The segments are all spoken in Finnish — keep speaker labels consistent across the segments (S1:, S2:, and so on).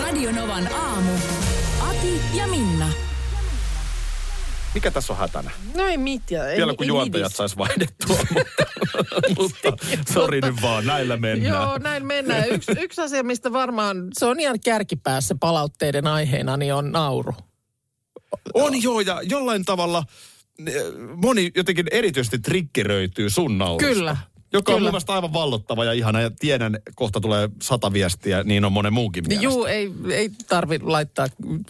S1: Radionovan aamu. Ati ja Minna.
S2: Mikä tässä on hätänä?
S3: No ei mitään. Ei,
S2: Vielä kun
S3: ei niin
S2: juontajat
S3: midis.
S2: sais vaihdettua, mutta, mutta sori nyt vaan, näillä mennään.
S3: Joo, näin mennään. Yksi, yksi asia, mistä varmaan, se on ihan kärkipäässä palautteiden aiheena, niin on nauru.
S2: On joo, ja jollain tavalla eh, moni jotenkin erityisesti trikkeröityy sun naurusta.
S3: Kyllä,
S2: Joka on
S3: kyllä.
S2: mun mielestä aivan vallottava ja ihana, ja tiedän, kohta tulee sata viestiä, niin on monen muunkin mielestä.
S3: Juu, ei, ei tarvi laittaa,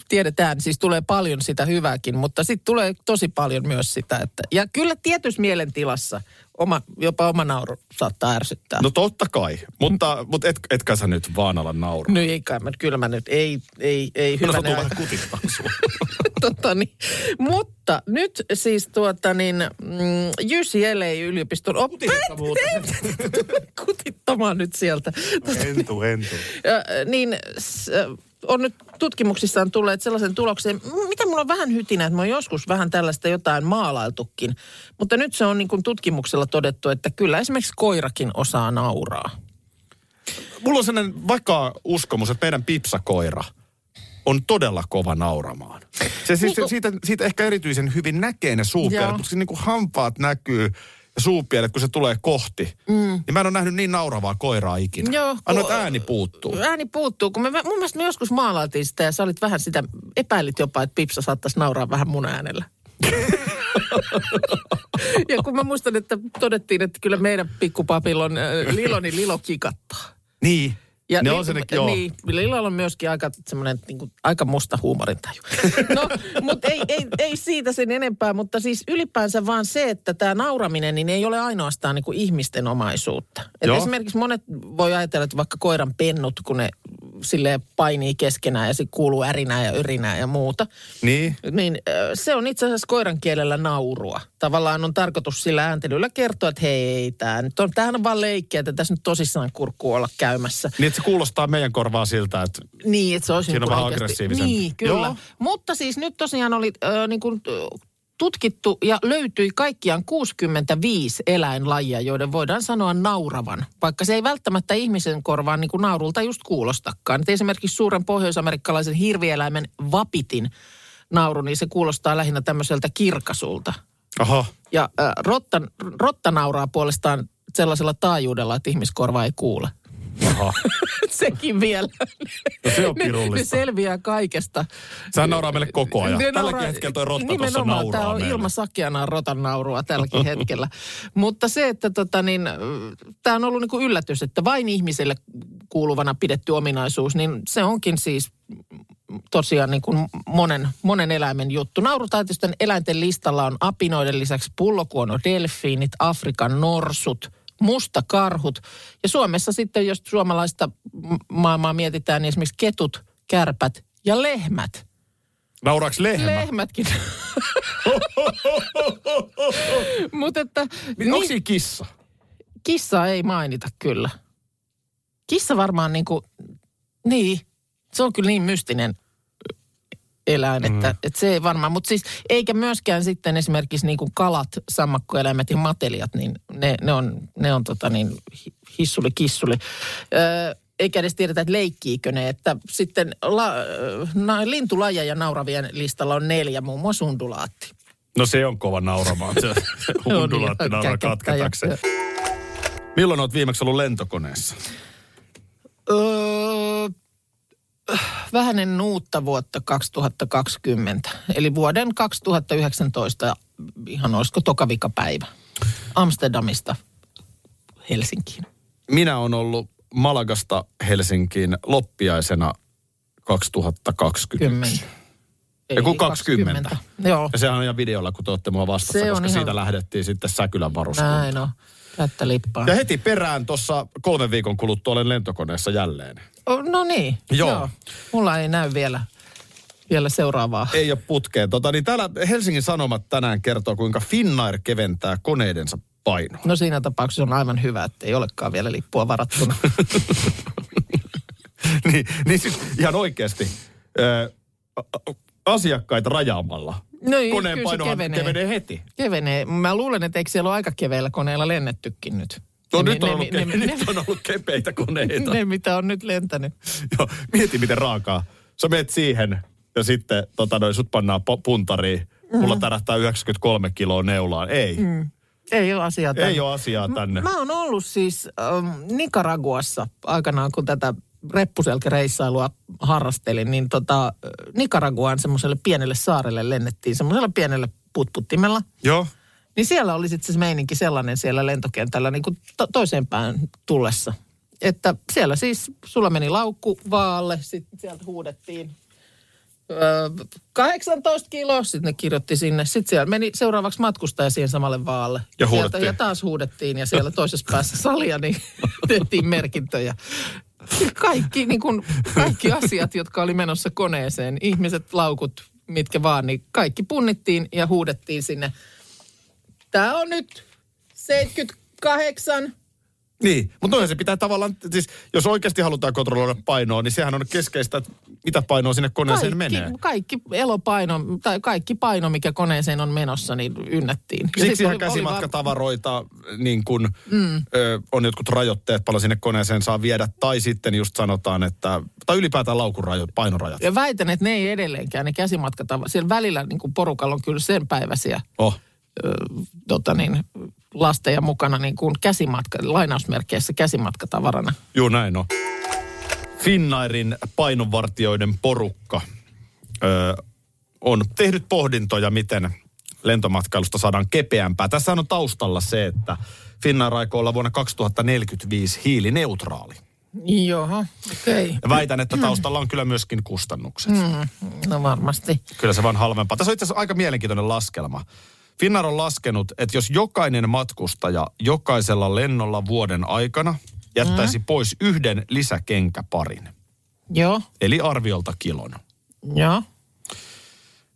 S3: tiedetään, siis tulee paljon sitä hyvääkin, mutta sitten tulee tosi paljon myös sitä, että, ja kyllä tietyssä mielentilassa oma, jopa oma nauru saattaa ärsyttää. No.
S2: No totta kai, mutta, mutta et, etkä sä nyt vaan ala nauraa.
S3: No ei kai, mä- kyllä mä nyt, ei, ei, ei,
S2: No,
S3: hyvänä
S2: se tulee
S3: aika.
S2: vähän kutittaa sua.
S3: tota niin. Mutta nyt siis tuota niin, mm, UCLA yliopiston opettajat kutittamaan nyt sieltä.
S4: Entu, entu.
S3: Ö, niin s- ö, on nyt tutkimuksissaan tulleet sellaisen tulokseen, m- mitä mulla on vähän hytinä, että mä oon joskus vähän tällaista jotain maalailtukin. Mutta nyt se on niin kuin tutkimuksella todettu, että kyllä esimerkiksi koirakin osaa nauraa.
S2: Mulla on sellainen vakaa uskomus, että meidän pipsakoira on todella kova nauramaan. Se siis,
S3: Niinku-
S2: siitä, siitä ehkä erityisen hyvin näkee ne suupielet,
S3: Joo.
S2: mutta siinä niin kuin hampaat näkyy ja suupielet, kun se tulee kohti. Mm. Niin mä en ole nähnyt niin nauravaa koiraa ikinä.
S3: Joo,
S2: Ainoa,
S3: kun-
S2: että ääni puuttuu.
S3: Ääni puuttuu, kun me, mun mielestä me joskus maalailtiin sitä ja sä olit vähän sitä, epäilit jopa, että Pipsa saattaisi nauraa vähän mun äänellä. ja kun mä muistan, että todettiin, että kyllä meidän pikkupapilla on äh, lilo, niin lilo kikattaa.
S2: Niin.
S3: Ja
S2: Ja ne
S3: niin,
S2: on se, joo.
S3: Niin, Lillalla on myöskin aika, semmoinen, niin kuin, aika musta huumorintaju. No, mutta ei, ei, ei siitä sen enempää, mutta siis ylipäänsä vaan se, että tämä nauraminen niin ei ole ainoastaan niin kuin ihmisten omaisuutta. Et
S2: Joo.
S3: esimerkiksi monet voi ajatella, että vaikka koiran pennut, kun ne sille painii keskenään ja sitten kuuluu ärinää ja yrinää ja muuta,
S2: Niin.
S3: niin ö, se on itse asiassa koiran kielellä naurua. Tavallaan on tarkoitus sillä ääntelyllä kertoa, että hei, tämä nyt on, tämähän on vaan leikkiä, että tässä nyt tosissaan kurkku olla käymässä.
S2: Niin, että se kuulostaa meidän korvaa siltä, että
S3: Niin, että se olisi
S2: Siinä on
S3: niinku
S2: vähän
S3: oikeasti-
S2: aggressiivisempi.
S3: Niin, kyllä.
S2: Joo.
S3: Joo. Mutta siis nyt tosiaan oli äh, niin kuin, tutkittu ja löytyi kaikkiaan 65 eläinlajia, joiden voidaan sanoa nauravan, vaikka se ei välttämättä ihmisen korvaan niin kuin naurulta just kuulostakaan. Et esimerkiksi suuren pohjoisamerikkalaisen hirvieläimen vapitin nauru, niin se kuulostaa lähinnä tämmöiseltä kirkasulta.
S2: aha,
S3: Ja äh, rotta, rotta nauraa puolestaan sellaisella taajuudella, että ihmiskorva ei kuule.
S2: aha.
S3: Sekin vielä.
S2: No se on
S3: Ne, ne
S2: pirullista.
S3: selviää kaikesta.
S2: Sehän nauraa meille koko ajan.
S3: Ne
S2: Tälläkin
S3: nauraa-
S2: hetkellä toi rotta tuossa
S3: Nimenomaan,
S2: nauraa
S3: tämä on
S2: meille.
S3: ilman sakeana rotan naurua tälläkin hetkellä. Mutta se, että tota, niin, tämä on ollut niinku yllätys, että vain ihmiselle kuuluvana pidetty ominaisuus, niin se onkin siis tosiaan niin kuin monen, monen eläimen juttu. Naurutaitoisten eläinten listalla on apinoiden lisäksi pullokuono, delfiinit, Afrikan norsut, mustakarhut. Ja Suomessa sitten, jos suomalaista m- maailmaa mietitään, niin esimerkiksi ketut, kärpät ja lehmät.
S2: Nauraaks lehmä?
S3: Lehmätkin. Mutta että
S2: Niin. Onko
S3: niin,
S2: siinä kissa?
S3: kissaa ei mainita kyllä. Kissa varmaan niin kuin, niin, se on kyllä niin mystinen eläin, että, mm. että se ei varmaan, mutta siis eikä myöskään sitten esimerkiksi niin kuin kalat, sammakkoeläimet ja matelijat, niin ne, ne on, ne on tota niin, hi- hissuli, kissuli. Öö, eikä edes tiedetä, että leikkiikö ne, että sitten la, ö, na, lintulaja ja nauravien listalla on neljä, muun muassa undulaatti.
S2: No se on kova nauramaan. Se,
S3: niin,
S2: se hundulaatti
S3: On ihan
S2: nauraa
S3: käkettä
S2: katketakseen. Milloin oot viimeksi ollut lentokoneessa?
S3: Öö, vähän ennen uutta vuotta 2020, eli vuoden 2019, ihan olisiko toka vikapäivä, Amsterdamista Helsinkiin.
S2: Minä on ollut Malagasta Helsinkiin loppiaisena 2020.
S3: Kymmen.
S2: Ei, kun 20.
S3: Joo,
S2: Ja sehän on ihan videolla, kun te olette mua vastassa,
S3: Se on
S2: koska
S3: ihan-
S2: siitä lähdettiin sitten Säkylän varuskuntaan.
S3: näin on. Kättä lippaa.
S2: Ja heti perään tuossa kolmen viikon kuluttua olen lentokoneessa jälleen.
S3: O, No niin.
S2: Joo.
S3: Mulla ei näy vielä, vielä seuraavaa.
S2: Ei ole putkeen. Tota, niin täällä Helsingin Sanomat tänään kertoo, kuinka Finnair keventää koneidensa painoa.
S3: No siinä tapauksessa on aivan hyvä, että ei olekaan vielä lippua varattuna.
S2: niin, niin siis ihan oikeasti ö, a- a- asiakkaita rajaamalla.
S3: No ei,
S2: Koneen
S3: kyllä se
S2: painohan
S3: kevenee.
S2: kevenee heti.
S3: Kevenee. Mä luulen, että eikö siellä ole aika keveillä koneilla lennettykin nyt?
S2: No
S3: Ne-
S2: nyt, on
S3: ne-
S2: ollut,
S3: ne-
S2: ke-
S3: ne-
S2: nyt on ollut kepeitä koneita.
S3: Ne, mitä on nyt lentänyt.
S2: Joo, mieti miten raakaa. Sä meet siihen ja sitten tota noin, sut pannaan po- puntariin. Mulla
S3: Mm.
S2: tärähtää 93 kiloa neulaan. Ei, mm.
S3: Ei ole asiaa tänne.
S2: ei ole asiaa tänne.
S3: Mä oon ollut siis ähm, Nicaraguassa aikanaan, kun tätä reppuselkäreissailua harrastelin, niin tota, äh, Nicaraguaan semmoiselle pienelle saarelle lennettiin semmoisella pienellä putputtimella.
S2: Joo.
S3: Niin siellä oli sitten se meininki sellainen siellä lentokentällä niin kuin to- toiseen päin tullessa. Että siellä siis, sulla meni laukku vaalle, sitten sieltä huudettiin öö, 18 kiloa, sitten ne kirjoitti sinne. Sitten siellä meni seuraavaksi matkustaja siihen samalle vaalle.
S2: Ja
S3: Sieltä-
S2: huudettiin.
S3: ja taas huudettiin ja siellä toisessa päässä salia niin tehtiin merkintöjä. Kaikki, niin kun, kaikki asiat, jotka oli menossa koneeseen, ihmiset, laukut, mitkä vaan, niin kaikki punnittiin ja huudettiin sinne Tämä on nyt 78.
S2: Niin, mutta noinhan se pitää tavallaan, siis jos oikeasti halutaan kontrolloida painoa, niin sehän on keskeistä, että mitä painoa sinne koneeseen
S3: Kaikki,
S2: No menee.
S3: kaikki elopaino, tai kaikki paino, mikä koneeseen on menossa, niin ynnättiin. Ja sit
S2: Siksi ihan
S3: oli- oli vaan-
S2: käsimatkatavaroita, niin kun, mm. ö, on jotkut rajoitteet, paljon sinne koneeseen saa viedä. Tai sitten just sanotaan, että, tai ylipäätään laukun rajoit, painorajat.
S3: Ja väitän, että ne ei edelleenkään, ne käsimatkatavarat. Siellä välillä niin kuin porukalla on kyllä sen päiväisiä
S2: Oh.
S3: ö, tota niin, lasteja mukana niin kuin käsimatka, lainausmerkeissä käsimatkatavarana.
S2: Joo, näin on. Finnairin painonvartijoiden porukka öö, on tehnyt pohdintoja, miten lentomatkailusta saadaan kepeämpää. Tässä on taustalla se, että Finnair aikoo olla vuonna 2045 hiilineutraali.
S3: Joo, okei. Okay.
S2: Ja väitän, että taustalla on kyllä myöskin kustannukset.
S3: No varmasti.
S2: Kyllä se vaan halvempaa. Tässä on itse asiassa aika mielenkiintoinen laskelma. Finnair on laskenut, että jos jokainen matkustaja jokaisella lennolla vuoden aikana jättäisi pois yhden lisäkenkäparin,
S3: Joo,
S2: eli arviolta kilon,
S3: joo.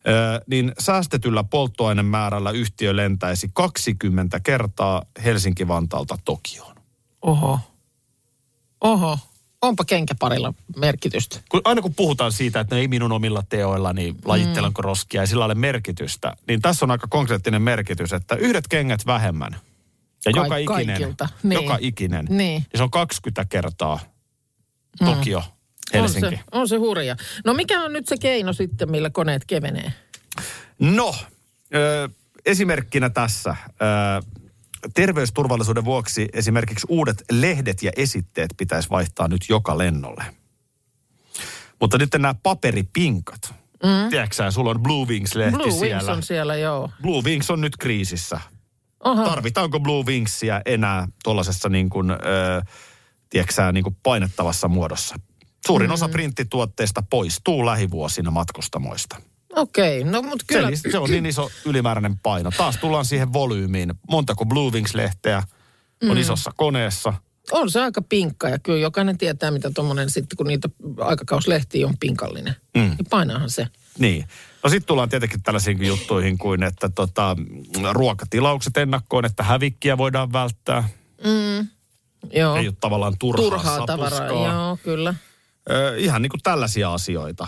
S2: öö, niin säästetyllä polttoainemäärällä yhtiö lentäisi 20 kertaa Helsinki-Vantaalta Tokioon.
S3: Oho. Oho. Onpa kenkäparilla merkitystä.
S2: Kun, aina kun puhutaan siitä, että no ei minun omilla teoilla, niin
S3: Mm.
S2: lajittelenko roskia ja sillä ole merkitystä, niin tässä on aika konkreettinen merkitys, että yhdet kengät vähemmän. Ja
S3: Kaik-
S2: joka ikinen.
S3: kaikilta, niin.
S2: Joka ikinen.
S3: Niin.
S2: Ja se on 20 kertaa Tokio, Helsinki.
S3: On se, on se hurja. No mikä on nyt se keino sitten, millä koneet kevenee?
S2: No, ö, esimerkkinä tässä. Ö, terveysturvallisuuden vuoksi esimerkiksi uudet lehdet ja esitteet pitäisi vaihtaa nyt joka lennolle. Mutta nyt nämä paperipinkat. Mm. Tiedätkö sä, sulla on Blue Wings-lehti
S3: Blue
S2: siellä.
S3: Wings on siellä, joo.
S2: Blue Wings on nyt kriisissä.
S3: Oho,
S2: Tarvitaanko Blue Wingsia enää tuollaisessa niin kuin, ö, tiedätkö sä, niin kuin painettavassa muodossa? Suurin mm. osa printtituotteista poistuu lähivuosina matkustamoista.
S3: okei. Okay. No mutta
S2: Kyllä.
S3: kyllä,
S2: Se, se on niin iso ylimääräinen paino. Taas tullaan siihen volyymiin. Montako Blue Wings-lehteä on mm. isossa koneessa.
S3: on se aika pinkka ja kyllä jokainen tietää, mitä tuommoinen sitten, kun niitä aikakauslehtiä on pinkallinen. Mm. Niin painahan se.
S2: Niin. No sitten tullaan tietenkin tällaisiin juttuihin kuin, että tota, ruokatilaukset ennakkoon, että hävikkiä voidaan välttää.
S3: Joo,
S2: Ei ole tavallaan turhaa,
S3: No. turhaa tavaraa.
S2: sapuskaa.
S3: Joo, kyllä.
S2: Ö, ihan niin kuin tällaisia asioita.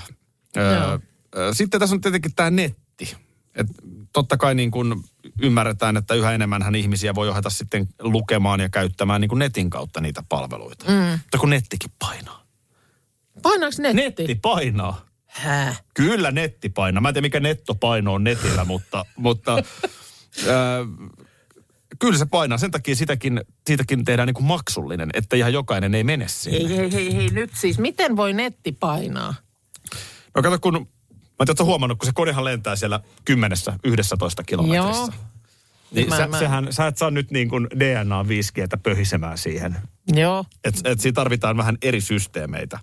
S3: Joo.
S2: Ö, ö, sitten tässä on tietenkin tämä netti. Et totta kai niin kuin ymmärretään, että yhä enemmän ihmisiä voi ohjata sitten lukemaan ja käyttämään niin kuin netin kautta niitä palveluita. Mm. Mutta kun nettikin painaa.
S3: Painaako netti?
S2: Netti painaa.
S3: Hää?
S2: Kyllä netti painaa. Mä en tiedä mikä nettopaino on netillä, mutta, mutta ö, kyllä se painaa. Sen takia sitäkin, siitäkin tehdään niin kuin maksullinen, että ihan jokainen ei mene sinne.
S3: Ei, hei, hei, hei, nyt siis. Miten voi netti painaa?
S2: No kato, kun... Mä en tiedä, ootko huomannut, kun se konehan lentää siellä 10-11
S3: Joo.
S2: kilometrissä. Niin
S3: Mä-
S2: sä,
S3: mä-
S2: Sehän, sä et saa nyt niin kuin DNA 5Gtä pöhisemään siihen.
S3: Joo.
S2: Et, et siinä tarvitaan vähän eri systeemeitä.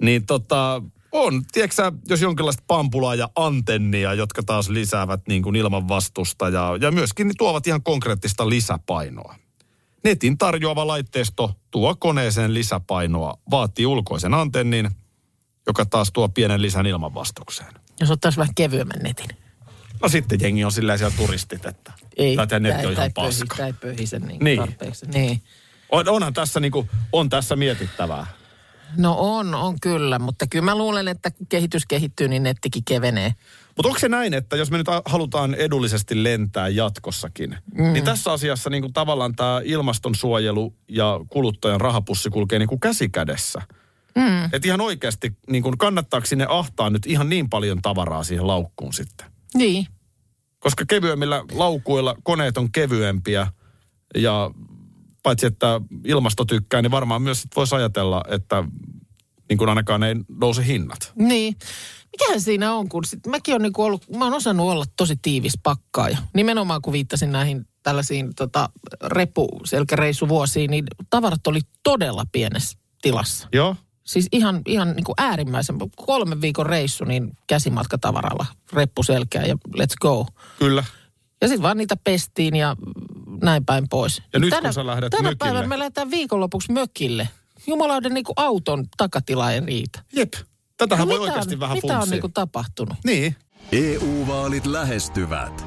S2: Niin tota, on, tiedätkö sä, jos jonkinlaista pampulaa ja antennia, jotka taas lisäävät niin kuin ilman vastusta ja, ja myöskin niin tuovat ihan konkreettista lisäpainoa. Netin tarjoava laitteisto tuo koneeseen lisäpainoa, vaatii ulkoisen antennin, joka taas tuo pienen lisän ilmanvastukseen.
S3: Jos ottaisi vähän kevyemmän netin.
S2: No sitten jengi on sillä siellä turistit, että
S3: Ei,
S2: tää teidän netti on
S3: tää ei
S2: ihan
S3: pöhi-
S2: paska.
S3: tää ei pöhise niin,
S2: Niin.
S3: niin. tarpeeksi. Niin.
S2: On, onhan tässä, niinku, on tässä mietittävää.
S3: No on, on kyllä, mutta kyllä mä luulen, että kun kehitys kehittyy, niin nettikin kevenee.
S2: Mutta onko se näin, että jos me nyt a- halutaan edullisesti lentää jatkossakin, mm. niin tässä asiassa niin kuin tavallaan tämä ilmastonsuojelu ja kuluttajan rahapussi kulkee niin kuin käsi kädessä. Mm. Että ihan oikeasti niin kuin kannattaako sinne ahtaa nyt ihan niin paljon tavaraa siihen laukkuun sitten?
S3: Niin.
S2: Koska kevyemmillä laukuilla koneet on kevyempiä ja paitsi että ilmasto tykkää, niin varmaan myös sit voisi ajatella, että niin kuin ainakaan ei nouse hinnat.
S3: Niin. Mikähän siinä on, kun sit, mäkin on niinku ollut, mä oon osannut olla tosi tiivis pakkaaja. Nimenomaan kun viittasin näihin tällaisiin tota, repuselkäreissuvuosiin, niin tavarat oli todella pienessä tilassa.
S2: Joo?
S3: Siis ihan, ihan niin kuin äärimmäisen, kolmen viikon reissu, niin käsimatkatavaralla, reppuselkää ja let's go.
S2: Kyllä.
S3: Ja sitten vaan niitä pestiin ja näin päin pois.
S2: Ja nyt kun sä lähdet
S3: tänä
S2: mökille-
S3: päivänä me lähdetään viikonlopuksi mökille. Jumalauden niin kuin auton takatila ei riitä.
S2: Jep. Tätähän voi
S3: mitä No on-
S2: oikeasti vähän
S3: Mitä on
S2: funtsia.
S3: niin kuin tapahtunut?
S2: Niin.
S5: EU-vaalit E lähestyvät.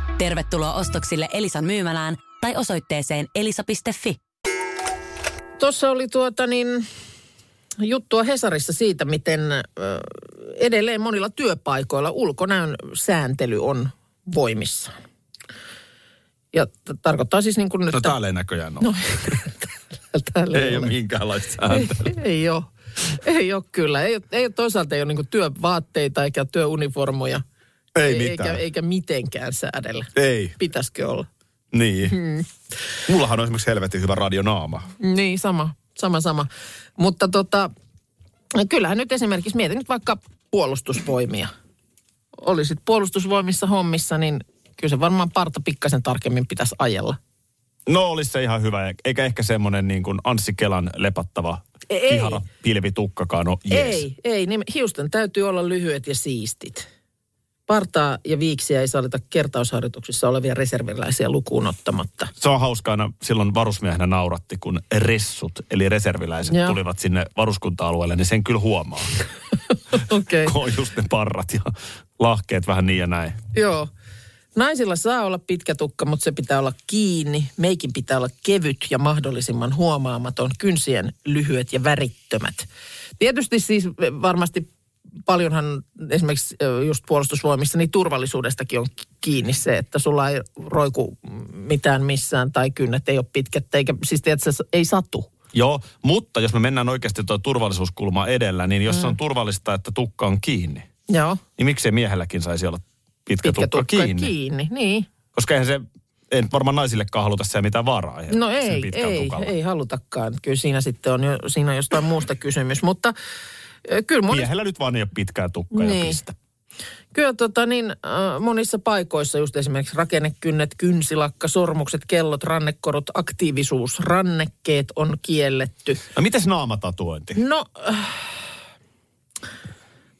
S6: Tervetuloa ostoksille Elisan myymälään tai osoitteeseen elisa.fi.
S3: Tuossa oli tuota niin, juttua Hesarissa siitä, miten ö, edelleen monilla työpaikoilla ulkonäön sääntely on voimissaan. Ja t- tarkoittaa siis niin kuin nyt...
S2: No täällä ei näköjään ole.
S3: No, täällä
S2: ei ole minkäänlaista ääntä.
S3: ei ole. Ei ole kyllä. Ei, ole- ei ole toisaalta ei ole niin työvaatteita eikä työuniformuja.
S2: Ei
S3: Eikä,
S2: mitään.
S3: eikä mitenkään säädellä.
S2: Ei.
S3: Pitäisikö olla?
S2: Niin.
S3: Hmm.
S2: Mullahan on esimerkiksi helvetin hyvä radionaama.
S3: Niin, sama. Sama, sama. Mutta tota, kyllähän nyt esimerkiksi, mietin nyt vaikka puolustusvoimia. Olisit puolustusvoimissa hommissa, niin kyllä se varmaan parta pikkasen tarkemmin pitäisi ajella.
S2: No olisi se ihan hyvä, eikä ehkä semmoinen niin kuin Anssi Kelan lepattava
S3: Ei.
S2: kihara pilvitukkakaan ole jees.
S3: Ei, ei. Niin hiusten täytyy olla lyhyet ja siistit. Partaa ja viiksiä ei sallita kertausharjoituksissa olevia reserviläisiä lukuun ottamatta.
S2: Se on hauska aina, silloin varusmiehenä nauratti, kun ressut, eli reserviläiset,
S3: Joo.
S2: tulivat sinne varuskunta-alueelle, niin sen kyllä huomaa.
S3: Okei.
S2: Kun on just ne parrat ja lahkeet vähän niin ja näin.
S3: Joo. Naisilla saa olla pitkä tukka, mutta se pitää olla kiinni. Meikin pitää olla kevyt ja mahdollisimman huomaamaton, kynsien lyhyet ja värittömät. Tietysti siis varmasti paljonhan esimerkiksi ö, just puolustusvoimissa, niin turvallisuudestakin on kiinni se, että sulla ei roiku mitään missään tai kynnet ei ole pitkät, eikä siis tiedätkö, se ei satu.
S2: Joo, mutta jos me mennään oikeasti tuo turvallisuuskulma edellä, niin jos mm. on turvallista, että tukka on kiinni,
S3: Joo,
S2: niin miksei miehelläkin saisi olla pitkä,
S3: pitkä tukka,
S2: kiinni?
S3: kiinni. Niin.
S2: Koska eihän se, en varmaan naisillekaan haluta siellä mitään vaaraa. aiheuttaa
S3: No
S2: sen
S3: ei,
S2: pitkän
S3: ei,
S2: tukalla.
S3: ei halutakaan. Kyllä siinä sitten on, jo, siinä on jostain muusta kysymys, mutta ö, kyllä, moni,
S2: Miehellä nyt vaan ei ole pitkää tukkaa niin. ja
S3: Niin.
S2: piste.
S3: kyllä tota niin, ö, monissa paikoissa just esimerkiksi rakennekynnet, kynsilakka, sormukset, kellot, rannekorot, aktiivisuus, rannekkeet on kielletty.
S2: No mites naamatatuointi? Niin.
S3: No, äh,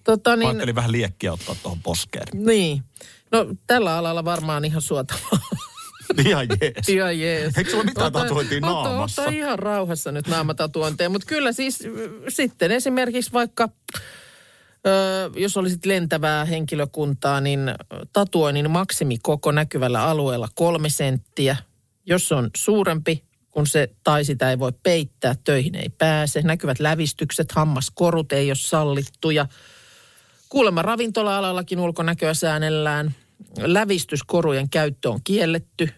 S3: tota
S2: Mä
S3: niin,
S2: ajattelin vähän liekkiä ottaa tuohon poskeen.
S3: niin. No tällä alalla varmaan ihan suotavaa.
S2: Ihan jees.
S3: Ihan jees.
S2: Eikö sulla mitään
S3: Ota-
S2: tatuointia
S3: ota-
S2: naamassa?
S3: Ota ihan rauhassa nyt naamatatuointeja, mutta kyllä siis äh, sitten esimerkiksi vaikka, ö, jos olisit lentävää henkilökuntaa, niin ö, tatuoinnin maksimikoko näkyvällä alueella kolme senttiä. Jos se on suurempi, kun se tai sitä ei voi peittää, töihin ei pääse. Näkyvät lävistykset, hammaskorut ei ole sallittuja. Kuulemma ravintola-alallakin ulkonäköä säännellään. Lävistyskorujen käyttö on kielletty,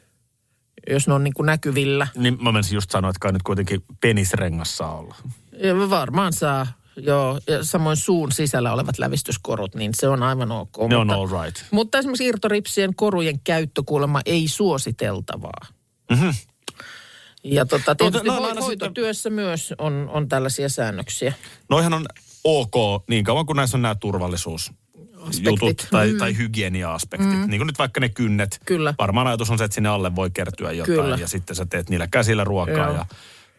S3: jos ne on niin kuin näkyvillä.
S2: Niin mä menisin just sanoa, että kai nyt kuitenkin penisrengas saa olla.
S3: Ja varmaan saa, joo. Ja samoin suun sisällä olevat lävistyskorut, niin se on aivan ok.
S2: Ne on all right.
S3: Mutta esimerkiksi irtoripsien korujen käyttö kuulemma ei suositeltavaa. Mm-hmm. Ja tota, tietysti
S2: Mhm. no, no,
S3: no,
S2: no,
S3: hoitotyössä myös on, on tällaisia säännöksiä.
S2: Noihan on ok niin kauan kuin näissä on nämä turvallisuus. Jutut tai, mm. tai hygienia-aspektit. Mm. Niin kuin nyt vaikka ne kynnet.
S3: Kyllä.
S2: Varmaan ajatus on se, että sinne alle voi kertyä jotain
S3: Kyllä.
S2: ja sitten sä teet niillä käsillä ruokaa
S3: Joo.
S2: ja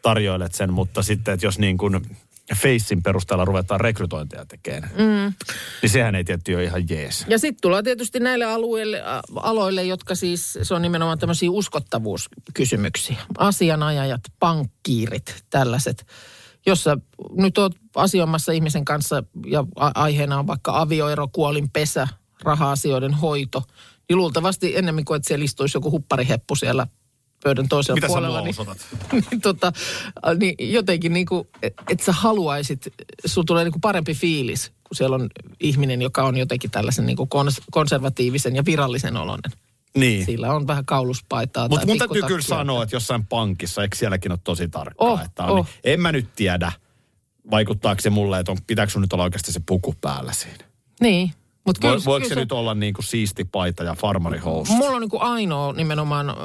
S2: tarjoilet sen. Mutta sitten, että jos niin kuin facein perusteella ruvetaan rekrytointeja tekemään, mm. niin sehän ei tietysti ole ihan jees.
S3: Ja sitten tullaan tietysti näille alueille, ä, aloille, jotka siis, se on nimenomaan tämmöisiä uskottavuuskysymyksiä. Asianajajat, pankkiirit, tällaiset, jossa nyt oot asioimassa ihmisen kanssa ja a- aiheena on vaikka avioero, kuolinpesä, raha-asioiden hoito. Niin luultavasti ennemmin kuin, että siellä istuisi joku huppariheppu siellä pöydän toisella
S2: Mitä sä
S3: puolella.
S2: mua
S3: niin-
S2: osoitat?
S3: niin, tota, äh, niin jotenkin niin kuin, että sä haluaisit, sulla tulee niin kuin parempi fiilis, kun siellä on ihminen, joka on jotenkin tällaisen niin kuin kons- konservatiivisen ja virallisen oloinen.
S2: Niin.
S3: Sillä on vähän kauluspaitaa
S2: Mutta
S3: tai
S2: mun täytyy kyllä
S3: pikkutakkia.
S2: sanoa, että jossain pankissa, eikö sielläkin ole tosi tarkkaa?
S3: Oh,
S2: että on,
S3: oh.
S2: niin, en mä nyt tiedä, vaikuttaako se mulle, että on, pitääkö sun nyt olla oikeasti se puku päällä siinä.
S3: Niin, mutta
S2: Voi,
S3: kyllä,
S2: voiko
S3: kyllä
S2: se nyt olla niin kuin siisti paita ja farmarihousut?
S3: Mulla on niin kuin ainoa nimenomaan äh,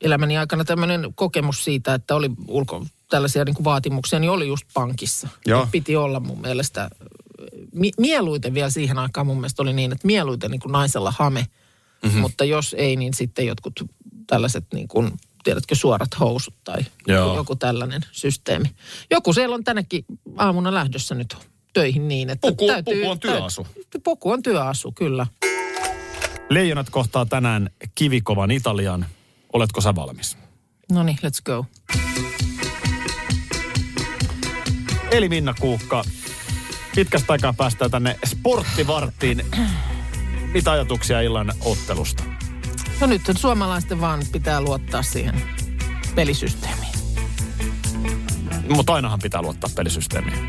S3: elämäni aikana tämmöinen kokemus siitä, että oli ulko tällaisia niin kuin vaatimuksia, niin oli just pankissa.
S2: Joo.
S3: Piti olla mun mielestä, äh, mi- mieluiten vielä siihen aikaan mun mielestä oli niin, että mieluiten niin kuin naisella hame,
S2: Mhm.
S3: mm-hmm. mutta jos ei, niin sitten jotkut tällaiset niin kuin, tiedätkö, suorat housut tai
S2: Joo.
S3: Joo. joku tällainen systeemi. Joku siellä on tänäkin aamuna lähdössä nyt töihin niin, että
S2: Puku-
S3: täytyy...
S2: puku on työasu.
S3: Täytyy, puku on työasu, kyllä.
S2: Leijonat kohtaa tänään kivikovan Italian. Oletko sä valmis?
S3: No niin, let's go.
S2: Eli Minna Kuukka, pitkästä aikaa päästään tänne sporttivarttiin. Mitä ajatuksia illan ottelusta?
S3: No nyt suomalaisten vaan pitää luottaa siihen pelisysteemiin.
S2: Mutta ainahan pitää luottaa pelisysteemiin.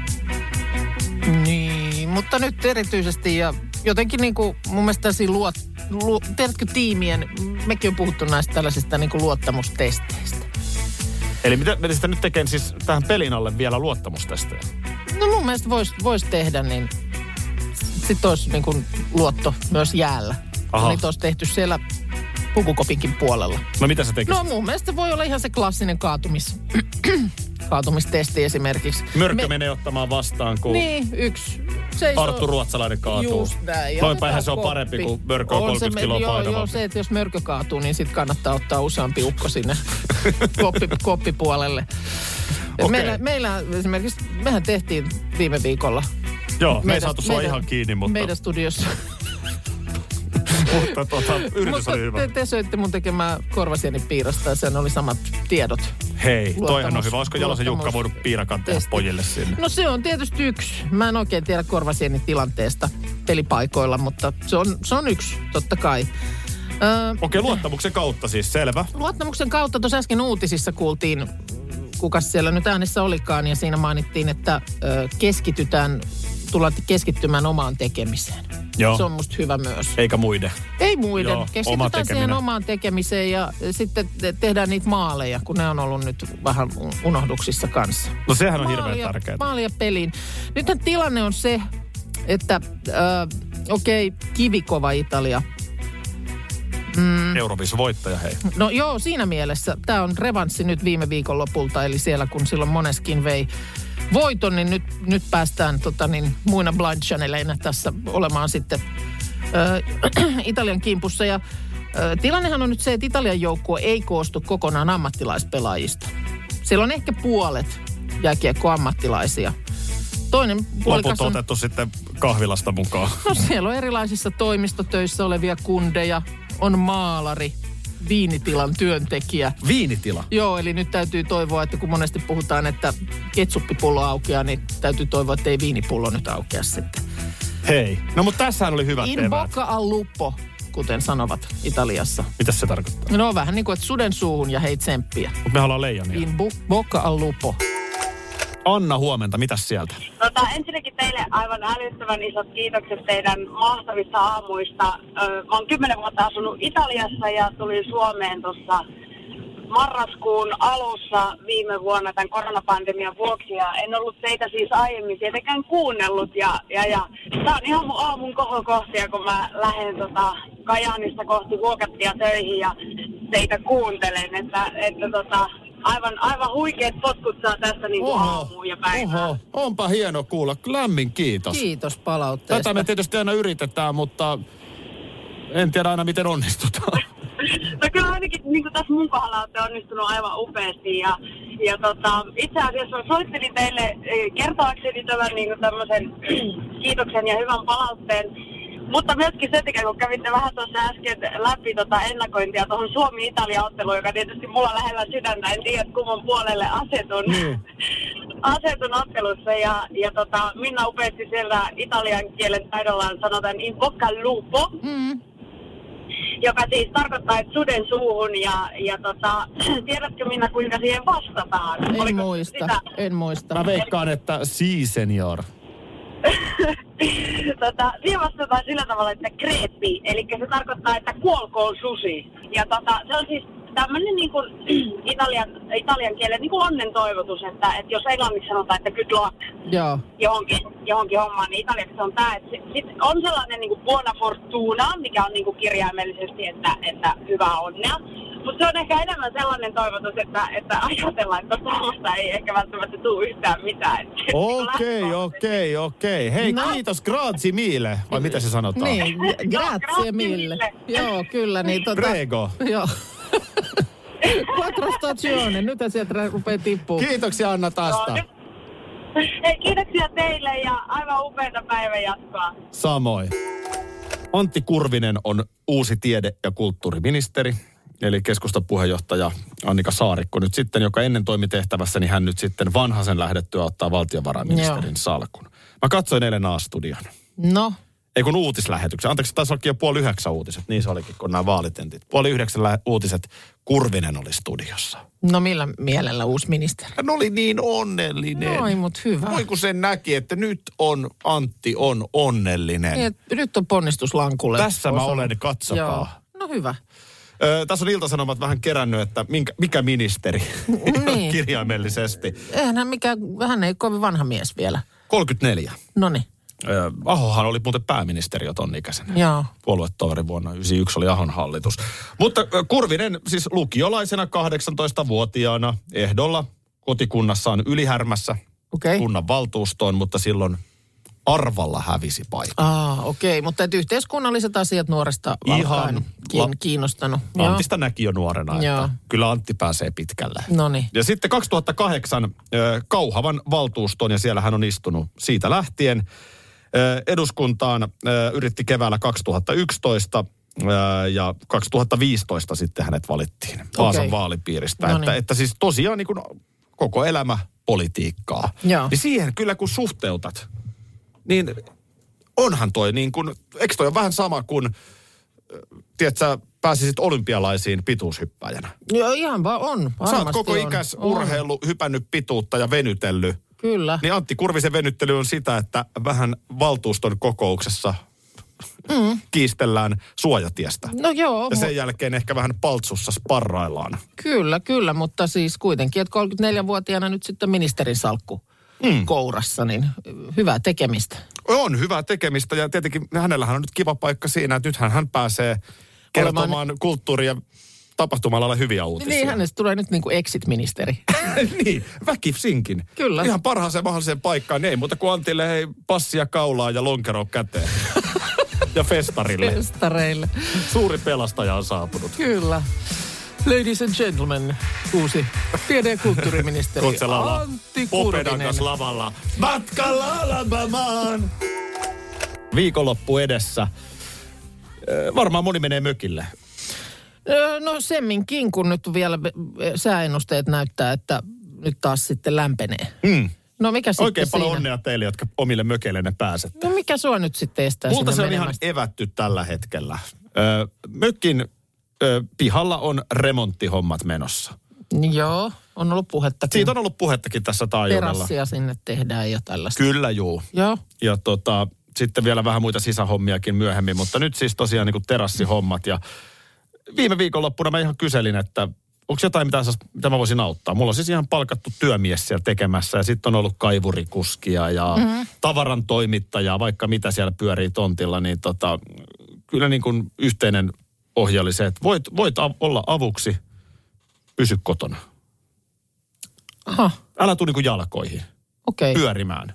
S3: Niin, mutta nyt erityisesti ja jotenkin niin kuin mun mielestä siinä luot, lu, tiedätkö tiimien, mekin on puhuttu näistä tällaisista niin kuin luottamustesteistä.
S2: Eli mitä mitä sitä nyt tekee siis tähän pelin alle vielä luottamustestejä?
S3: No mun mielestä voisi vois tehdä niin, sitten olisi niin kuin luotto myös jäällä.
S2: Aha.
S3: Aha. Niitä olisi tehty siellä pukukopinkin puolella.
S2: No mitä sä tekisit?
S3: No mun mielestä voi olla ihan se klassinen kaatumis, kaatumistesti esimerkiksi.
S2: Mörkö menee ottamaan vastaan, kun niin,
S3: Niin, yksi. Se
S2: Arttu Ruotsalainen kaatuu.
S3: Just näin. Ja
S2: Noin päinhän
S3: otetaan
S2: se on
S3: koppi.
S2: parempi, kun mörkö on
S3: se
S2: 30
S3: me-
S2: kiloa
S3: joo,
S2: painavampi.
S3: joo, se, että jos mörkö kaatuu, niin sitten kannattaa ottaa useampi ukko sinne koppi, koppipuolelle.
S2: Okei.
S3: Okay. Meillä, meillä esimerkiksi, mehän tehtiin viime viikolla.
S2: Joo, me ei
S3: meidän-
S2: saatu sua
S3: meidän-
S2: ihan kiinni, mutta,
S3: Meidän studiossa.
S2: mutta tota, yritys oli hyvä.
S3: te, te söitte mun tekemää korvasienipiirasta ja sen oli samat tiedot.
S2: Hei,
S3: Luottamus-
S2: toihan on hyvä. Olisiko Jalosen
S3: luottamus-
S2: Jukka voinut piirakan tehdä
S3: testi.
S2: pojille sinne?
S3: No se on tietysti yksi. Mä en oikein tiedä korvasienitilanteesta pelipaikoilla, mutta se on, se on yksi, totta kai. Öö,
S2: Okei, luottamuksen kautta siis, selvä.
S3: Luottamuksen kautta tuossa äsken uutisissa kuultiin, kuka siellä nyt äänessä olikaan, ja siinä mainittiin, että ö, keskitytään, tullaan keskittymään omaan tekemiseen.
S2: Joo.
S3: Se on musta hyvä myös.
S2: Eikä muiden.
S3: Ei muiden.
S2: Joo, oma
S3: Joo, Keskitytään siihen
S2: tekeminen.
S3: omaan tekemiseen ja ö, sitten te- tehdään niitä maaleja, kun ne on ollut nyt vähän u- unohduksissa kanssa.
S2: No sehän on hirveän
S3: Maalia,
S2: tärkeää.
S3: maalia peliin. Nythän tilanne on se, että äh, okei, okay, kivikova Italia. Mm.
S2: Euroviisun voittaja, hei.
S3: No joo, siinä mielessä. Tämä on revanssi nyt viime viikon lopulta, eli siellä kun silloin moneskin vei voiton, niin nyt, nyt päästään tota, niin, muina Blind Chaneleinä tässä olemaan sitten ö, Italian kimpussa. Ja, ö, tilannehan on nyt se, että Italian joukkue ei koostu kokonaan ammattilaispelaajista. Siellä on ehkä puolet jääkiekkoammattilaisia. Toinen puolikas
S2: Loput on
S3: on
S2: otettu sitten kahvilasta mukaan.
S3: No siellä on erilaisissa toimistotöissä olevia kundeja, on maalari, viinitilan työntekijä.
S2: Viinitila.
S3: Joo, eli nyt täytyy toivoa, että kun monesti puhutaan, että ketsuppipullo aukeaa, niin täytyy toivoa, että ei viinipullo nyt aukea sitten.
S2: Hei. No mutta tässähän oli hyvä
S3: In
S2: eväät.
S3: boca al lupo. kuten sanovat Italiassa.
S2: Mitäs se tarkoittaa?
S3: No vähän niin kuin, että suden suuhun ja hei tsemppiä.
S2: Mut me ollaan leijonia.
S3: In bu- bocca al lupo.
S2: Anna, huomenta. Mitäs sieltä?
S7: Tota, ensinnäkin teille aivan älyttömän isot kiitokset teidän mahtavista aamuista. Ö, mä oon kymmenen vuotta asunut Italiassa ja tulin Suomeen tuossa marraskuun alussa viime vuonna tämän koronapandemian vuoksi. Ja en ollut teitä siis aiemmin tietenkään kuunnellut. Ja, ja, ja. Tämä on ihan mun aamun kohokohtia, kun mä lähden tota Kajaanista kohti Vuokattia töihin ja teitä kuuntelen. Että, että tota, aivan, aivan huikeat potkut saa tässä niin kuin aamuun ja päivään.
S2: oho, onpa hieno kuulla. Lämmin kiitos.
S3: Kiitos palautteesta.
S2: Tätä me tietysti aina yritetään, mutta en tiedä aina miten onnistutaan.
S7: No kyllä ainakin niin kuin tässä mun kohdalla olette onnistunut aivan upeasti. Ja, ja tota, itse asiassa mä soittelin teille eh, kertoakseni tämän niin kuin tämmöisen kiitoksen ja hyvän palautteen. Mutta myöskin sen takia, kun kävitte vähän tuossa äsken läpi tota ennakointia tuohon Suomi-Italia-otteluun, joka tietysti mulla lähellä sydäntä, en tiedä kumman puolelle asetun. asetun ottelussa ja, ja tota, Minna upeasti siellä italian kielen taidollaan sanotaan in bocca al lupo
S3: Mm,
S7: joka siis tarkoittaa, että suden suuhun ja, ja tota, tiedätkö Minna, kuinka siihen vastataan?
S3: En
S7: Oliko
S3: muista,
S7: sitä?
S3: en muista.
S2: Mä veikkaan, että si senior.
S7: tota, siihen vastataan sillä tavalla, että kreepi, eli se tarkoittaa, että kuolkoon susi. Ja tota, se on siis tämmöinen niin kuin, italian, italian kielen niin kuin onnen toivotus, että, että jos englanniksi sanotaan, että good luck,
S3: Joo.
S7: johonkin, johonkin hommaan, niin italiaksi on tämä. että sit- sit on sellainen niin buona fortuna, mikä on niin kuin kirjaimellisesti, että, että hyvää onnea. Mutta se on ehkä enemmän sellainen toivotus, että, että ajatellaan, että tuosta ei ehkä välttämättä tule yhtään mitään. Et se niinku
S2: Okei,
S7: lähtee-
S2: okei, okei. Hei, kiitos, grazie mille. Vai mitä se sanotaan?
S3: Niin,
S7: Joo,
S3: grazie
S7: grazie
S3: mille.
S7: mille.
S3: Joo, kyllä. Niin, tota,
S2: Prego.
S3: Joo. Quattro stagione. Nyt sieltä rä- rupeaa tippuu.
S2: Kiitoksia Anna tästä.
S7: Hei, kiitoksia teille ja aivan upeita päivän jatkoa.
S2: Samoin. Antti Kurvinen on uusi tiede- ja kulttuuriministeri, eli keskustan puheenjohtaja Annika Saarikko nyt sitten, joka ennen toimi tehtävässä, niin hän nyt sitten vanhasen lähdettyä ottaa valtiovarainministerin
S3: Joo.
S2: salkun. Mä katsoin eilen A-studion.
S3: No,
S2: Ei kun uutislähetyksen. Anteeksi, taisi olikin jo puoli yhdeksän uutiset. Niin se olikin, kun nämä vaalitentit. Puoli yhdeksän lä- uutiset. Kurvinen oli studiossa.
S3: no millä mielellä uusi ministeri?
S2: Hän oli niin onnellinen.
S3: Noi, mut hyvä.
S2: Voi kun sen näki, että nyt on, Antti on onnellinen.
S3: Niin, et nyt on ponnistus lankulle.
S2: Tässä mä
S3: Osa-
S2: olen, niin katsokaa.
S3: Joo. No hyvä.
S2: Ö, tässä on Ilta-Sanomat vähän kerännyt, että minkä, mikä ministeri
S3: Niin.
S2: kirjaimellisesti.
S3: Eihän hän mikään, hän ei kovin vanha mies vielä.
S2: 34.
S3: Noniin,
S2: Ö, Ahohan oli muuten pääministeri jo ton ikäisenä.
S3: joo.
S2: Puoluetoveri vuonna 1991 oli Ahon hallitus. Mutta ö, Kurvinen siis lukiolaisena 18-vuotiaana ehdolla kotikunnassaan Ylihärmässä
S3: Okei.
S2: kunnan valtuustoon, mutta silloin arvalla hävisi paikka.
S3: Aa, okei, mutta et yhteiskunnalliset asiat nuoresta
S2: Ihan
S3: alkaen
S2: la-
S3: kiin, kiinnostanut. Joo.
S2: Antista näki jo nuorena, että
S3: Joo.
S2: kyllä Antti pääsee pitkälle.
S3: Noniin.
S2: Ja sitten 2008 ö, Kauhavan valtuustoon, ja siellä hän on istunut siitä lähtien. Ö, Eduskuntaan ö, yritti keväällä 2011, ö, ja 2015 sitten hänet valittiin Vaasan
S3: Okei.
S2: vaalipiiristä.
S3: No
S2: Että,
S3: niin.
S2: että siis tosiaan niin kuin koko elämä politiikkaa.
S3: Joo.
S2: Niin siihen kyllä kun suhteutat, niin onhan toi niin kuin, eikö toi ole vähän sama kuin, ö, tiedätkö, pääsisit olympialaisiin pituushyppäjänä?
S3: Joo, ihan vaan on.
S2: Sä
S3: varmasti
S2: oot koko
S3: on.
S2: ikäs
S3: On.
S2: urheilu, hypännyt pituutta ja venytellyt.
S3: Kyllä.
S2: Niin Antti Kurvisen venyttely on sitä, että vähän valtuuston kokouksessa mm. kiistellään suojatiestä.
S3: No joo,
S2: Ja
S3: mu-
S2: sen jälkeen ehkä vähän paltsussa sparraillaan.
S3: kyllä, kyllä, mutta siis kuitenkin, että 34-vuotiaana nyt sitten ministerin salkku
S2: Mm.
S3: kourassa, niin hyvää tekemistä.
S2: On hyvää tekemistä ja tietenkin hänellähän on nyt kiva paikka siinä, että nythän hän pääsee kertomaan kulttuuri- ja tapahtuma hyviä uutisia.
S3: Niin hänestä tulee nyt niin kuin exit-ministeri.
S2: niin, väkisinkin.
S3: Kyllä.
S2: Ihan parhaaseen mahdolliseen paikkaan. Niin Ei muuta kuin Antille hei, passia kaulaa ja lonkero käteen. ja festarille.
S3: Festareille.
S2: Suuri pelastaja on saapunut.
S3: Kyllä. Ladies and gentlemen, uusi tiede- ja kulttuuriministeri
S2: Oot sä lavalla?
S3: Antti
S2: Popedan
S3: Kurvinen.
S2: kanssa lavalla. Matkalla Alabamaan. Viikonloppu edessä. Ö, Varmaan moni menee mökille.
S3: Öö, No semminkin, kun nyt vielä eh, sääennusteet näyttää, että nyt taas sitten lämpenee.
S2: Mm.
S3: No mikä sitten
S2: Oikein paljon
S3: siinä?
S2: onnea teille, jotka omille mökeille ne pääsette.
S3: No mikä sua nyt sitten estää
S2: Multa
S3: sinne
S2: se on ihan
S3: menemästä?
S2: evätty tällä hetkellä. Ö, mökin ö, pihalla on remonttihommat menossa.
S3: Niin Joo, on ollut puhetta.
S2: Siitä on ollut puhettakin tässä taajuudella.
S3: terassia sinne tehdään ja tällaista.
S2: Kyllä juu.
S3: Joo,
S2: Ja tota, sitten vielä vähän muita sisähommiakin myöhemmin, mutta nyt siis tosiaan niin kuin terassihommat. Ja viime viikonloppuna mä ihan kyselin, että onko jotain, mitä, sä- mitä mä voisin auttaa. Mulla on siis ihan palkattu työmies siellä tekemässä ja sitten on ollut kaivurikuskia ja mm-hmm. tavaran toimittajaa, vaikka mitä siellä pyörii tontilla, niin tota, kyllä niin kuin yhteinen ohje oli se, että voit, voit av- olla avuksi, pysy kotona.
S3: aha,
S2: Älä tule niin kuin jalkoihin
S3: okei. Okay.
S2: pyörimään.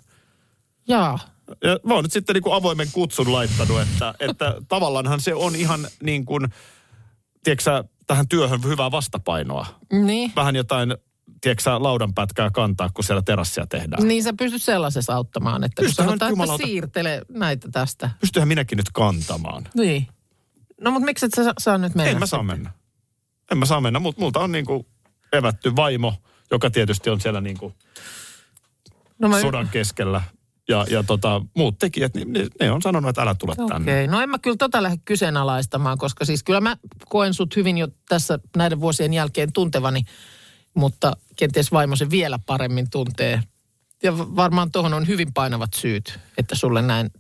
S3: Jaa,
S2: Ja mä oon nyt sitten niin kuin avoimen kutsun laittanut, että, että tavallaanhan se on ihan niin kuin, tiedätkö sä, tähän työhön hyvää vastapainoa.
S3: niin.
S2: Vähän jotain, tiedätkö sä, laudanpätkää kantaa, kun siellä terassia tehdään.
S3: Niin sä pystyt sellaisessa auttamaan, että kun
S2: Pystyhän nyt
S3: sanotaan, että
S2: jumalauta.
S3: siirtele näitä tästä.
S2: Pystyhän minäkin nyt kantamaan.
S3: Niin. No mutta miksi et sä sa- saa nyt mennä?
S2: En mä saa mennä. En mä saa mennä, mutta multa on niin kuin evätty vaimo, joka tietysti on siellä niin kuin
S3: no, mä...
S2: sodan keskellä. Ja, ja tota, muut tekijät, niin ne, ne on sanonut, että älä tule okay.
S3: Okei,
S2: tänne.
S3: okay. no en mä kyllä tota lähde kyseenalaistamaan, koska siis kyllä mä koen sut hyvin jo tässä näiden vuosien jälkeen tuntevani, mutta kenties vaimosi vielä paremmin tuntee. Ja v- varmaan tuohon on hyvin painavat syyt, että sulle näin,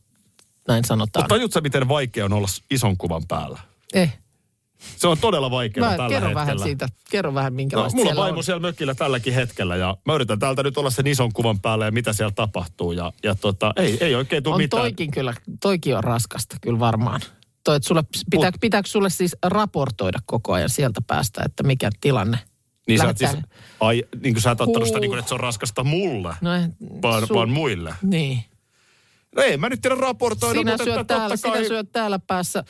S3: näin sanotaan.
S2: Mutta tajutko sä, miten vaikea on olla ison kuvan päällä?
S3: eh,
S2: Se on todella vaikeaa
S3: mä,
S2: tällä
S3: kerro
S2: hetkellä.
S3: vähän siitä, kerro vähän
S2: No,
S3: minkälaista
S2: mulla on
S3: siellä
S2: vaimo
S3: on.
S2: siellä mökillä tälläkin hetkellä ja mä yritän täältä nyt olla sen ison kuvan päällä ja mitä siellä tapahtuu. Ja, ja tota, ei, ei oikein tule
S3: on
S2: mitään.
S3: toikin kyllä, toikin on raskasta kyllä varmaan. Toi, että sulle, pitä, pitääkö sulle siis raportoida koko ajan sieltä päästä, että mikä tilanne?
S2: Niin sä oot
S3: Lähetään-
S2: siis, ai, niin kuin sä et ottanut sitä,
S3: Huh.
S2: niin kuin, että se on raskasta mulle,
S3: No, eh,
S2: vaan,
S3: sul-
S2: vaan muille.
S3: Niin.
S2: No ei, mä nyt tiedä raportoida,
S3: Sinä
S2: mutta
S3: syöt,
S2: että
S3: täällä,
S2: totta kai...
S3: sinä syöt täällä päässä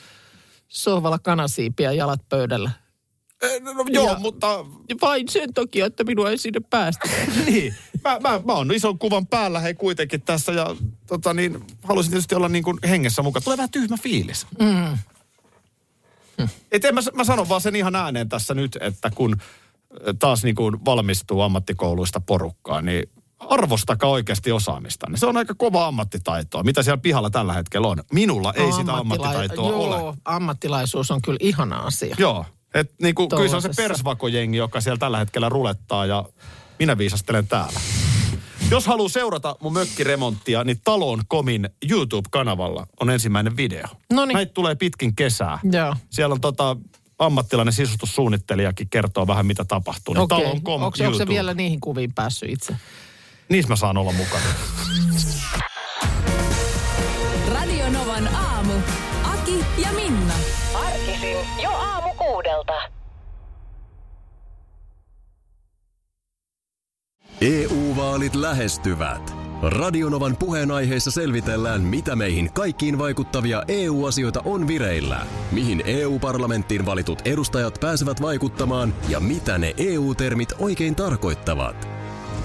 S3: sohvalla kanasiipiä jalat pöydällä.
S2: Eh, No, joo,
S3: Ja-
S2: mutta
S3: Vain sen takia, että minua ei sinne päästä.
S2: niin. Mä, mä, mä oon ison kuvan päällä hei kuitenkin tässä ja tota niin, haluaisin tietysti olla niin kuin hengessä mukaan. Tulee vähän tyhmä fiilis. Mm. Et en mä, s- mä sanon vaan sen ihan ääneen tässä nyt, että kun taas niin kuin valmistuu ammattikouluista porukkaa, niin arvostakaa oikeasti osaamista. Se on aika kova ammattitaitoa, mitä siellä pihalla tällä hetkellä on. Minulla ei sitä ammattitaitoa
S3: No, joo,
S2: ole.
S3: ammattilaisuus on kyllä ihana asia.
S2: Joo. Et niin kuin, kyllä se on se
S3: Tollasessa.
S2: persvakojengi, joka siellä tällä hetkellä rulettaa ja minä viisastelen täällä. Jos haluaa seurata mun mökkiremonttia, niin Talon Komin YouTube-kanavalla on ensimmäinen video.
S3: Noniin.
S2: Näitä tulee pitkin kesää.
S3: Joo.
S2: Siellä on tota, ammattilainen sisustussuunnittelijakin kertoo vähän mitä tapahtuu. Niin
S3: Okei.
S2: Talon Kom
S3: Onko se-
S2: YouTube.
S3: onko se vielä niihin kuviin päässyt itse?
S2: Niissä mä saan olla mukana.
S6: Radio Novan aamu. Aki ja Minna.
S8: Arkisin jo aamu kuudelta.
S5: EU-vaalit E lähestyvät. Radionovan puheenaiheessa selvitellään, mitä meihin kaikkiin vaikuttavia EU-asioita on vireillä, mihin EU-parlamenttiin valitut edustajat pääsevät vaikuttamaan ja mitä ne EU-termit oikein tarkoittavat.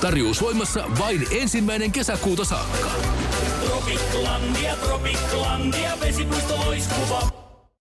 S9: Tarjous voimassa vain ensimmäinen kesäkuuta saakka. Tropiklandia, Tropiklandia, vesipuisto loiskuva.